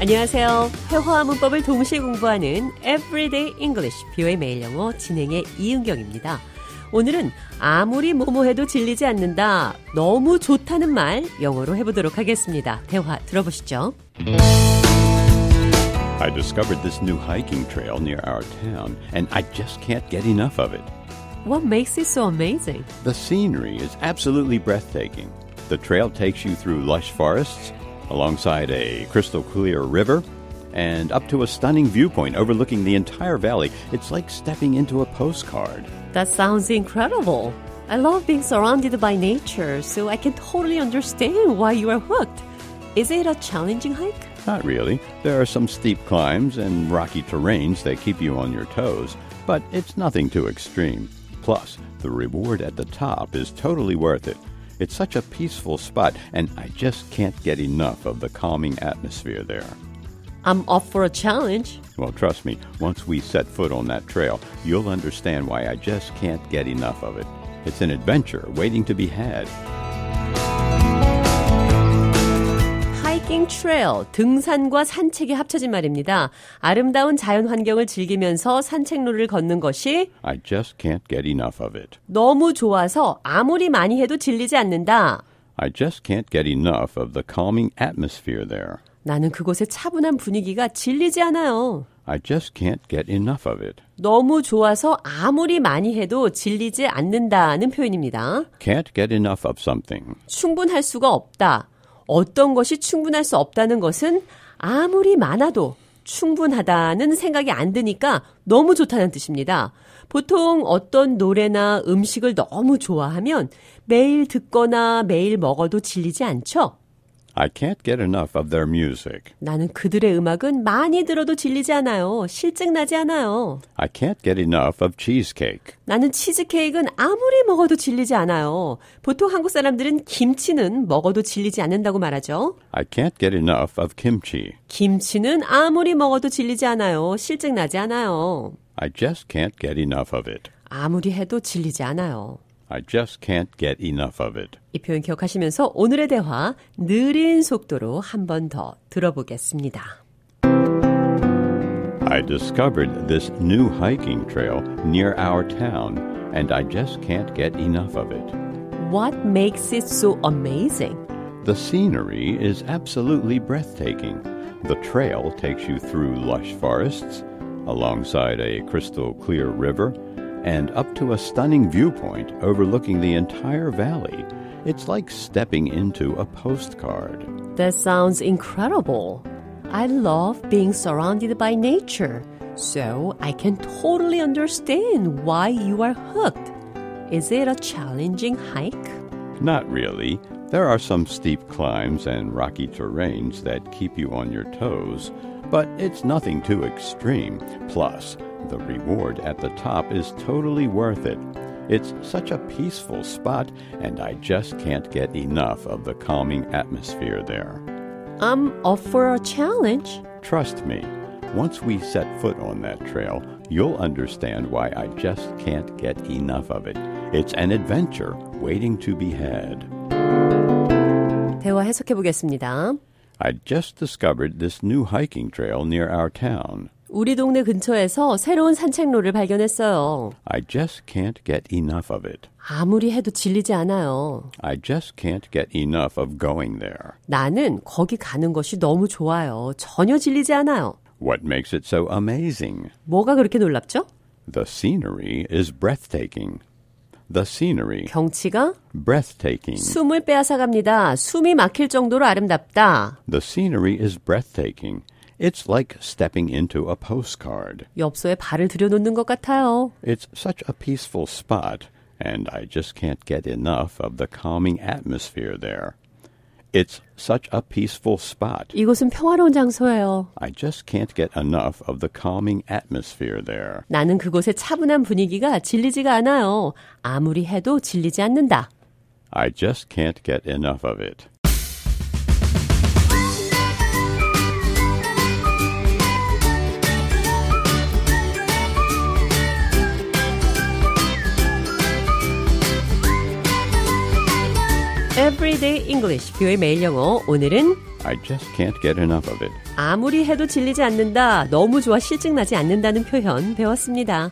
안녕하세요. 회화와 문법을 동시에 공부하는 Everyday English, 비오의 매일 영어 진행의 이은경입니다. 오늘은 아무리 뭐뭐 해도 질리지 않는다. 너무 좋다는 말 영어로 해보도록 하겠습니다. 대화 들어보시죠. I discovered this new hiking trail near our town, and I just can't get enough of it. What makes it so amazing? The scenery is absolutely breathtaking. The trail takes you through lush forests, alongside a crystal clear river, and up to a stunning viewpoint overlooking the entire valley. It's like stepping into a postcard. That sounds incredible. I love being surrounded by nature, so I can totally understand why you are hooked. Is it a challenging hike? Not really. There are some steep climbs and rocky terrains that keep you on your toes, but it's nothing too extreme. Plus, the reward at the top is totally worth it. It's such a peaceful spot, and I just can't get enough of the calming atmosphere there. I'm up for a challenge. Well, trust me, once we set foot on that trail, you'll understand why I just can't get enough of it. It's an adventure waiting to be had. 하이킹 트레일, 등산과 산책이 합쳐진 말입니다. 아름다운 자연 환경을 즐기면서 산책로를 걷는 것이 I just can't get enough of it. 너무 좋아서 아무리 많이 해도 질리지 않는다. I just can't get enough of the calming atmosphere there. 나는 그곳의 차분한 분위기가 질리지 않아요. I just can't get enough of it. 너무 좋아서 아무리 많이 해도 질리지 않는다는 표현입니다. Can't get enough of something. 충분할 수가 없다. 어떤 것이 충분할 수 없다는 것은 아무리 많아도 충분하다는 생각이 안 드니까 너무 좋다는 뜻입니다. 보통 어떤 노래나 음식을 너무 좋아하면 매일 듣거나 매일 먹어도 질리지 않죠? I can't get enough of their music. 나는 그들의 음악은 많이 들어도 질리지 않아요. 실증나지 않아요. I can't get enough of cheesecake. 나는 치즈케이크는 아무리 먹어도 질리지 않아요. 보통 한국 사람들은 김치는 먹어도 질리지 않는다고 말하죠. I can't get enough of kimchi. 김치는 아무리 먹어도 질리지 않아요. 실증나지 않아요. I just can't get enough of it. 아무리 해도 질리지 않아요. I just can't get enough of it. 이 표현 기억하시면서 오늘의 대화 느린 속도로 한 번 더 들어보겠습니다. I discovered this new hiking trail near our town, and I just can't get enough of it. What makes it so amazing? The scenery is absolutely breathtaking. The trail takes you through lush forests, alongside a crystal clear river, and up to a stunning viewpoint overlooking the entire valley. It's like stepping into a postcard. That sounds incredible. I love being surrounded by nature, so I can totally understand why you are hooked. Is it a challenging hike? Not really. There are some steep climbs and rocky terrains that keep you on your toes, but it's nothing too extreme. Plus, the reward at the top is totally worth it. It's such a peaceful spot, and I just can't get enough of the calming atmosphere there. I'm up for a challenge. Trust me, once we set foot on that trail, you'll understand why I just can't get enough of it. It's an adventure waiting to be had. 대화 해석해 보겠습니다. I just discovered this new hiking trail near our town. 우리 동네 근처에서 새로운 산책로를 발견했어요. I just can't get enough of it. 아무리 해도 질리지 않아요. I just can't get enough of going there. 나는 거기 가는 것이 너무 좋아요. 전혀 질리지 않아요. What makes it so amazing? 뭐가 그렇게 놀랍죠? The scenery is breathtaking. The scenery, 경치가 breathtaking. 숨을 빼앗아 갑니다. 숨이 막힐 정도로 아름답다. The scenery is breathtaking. It's like stepping into a postcard. 엽서에 발을 들여놓는 것 같아요. It's such a peaceful spot, and I just can't get enough of the calming atmosphere there. It's such a peaceful spot. 이곳은 평화로운 장소예요. I just can't get enough of the calming atmosphere there. 나는 그곳의 차분한 분위기가 질리지가 않아요. 아무리 해도 질리지 않는다. I just can't get enough of it. Everyday English, 뷰의 매일 영어. 오늘은 I just can't get enough of it. 아무리 해도 질리지 않는다, 너무 좋아 실증나지 않는다는 표현 배웠습니다.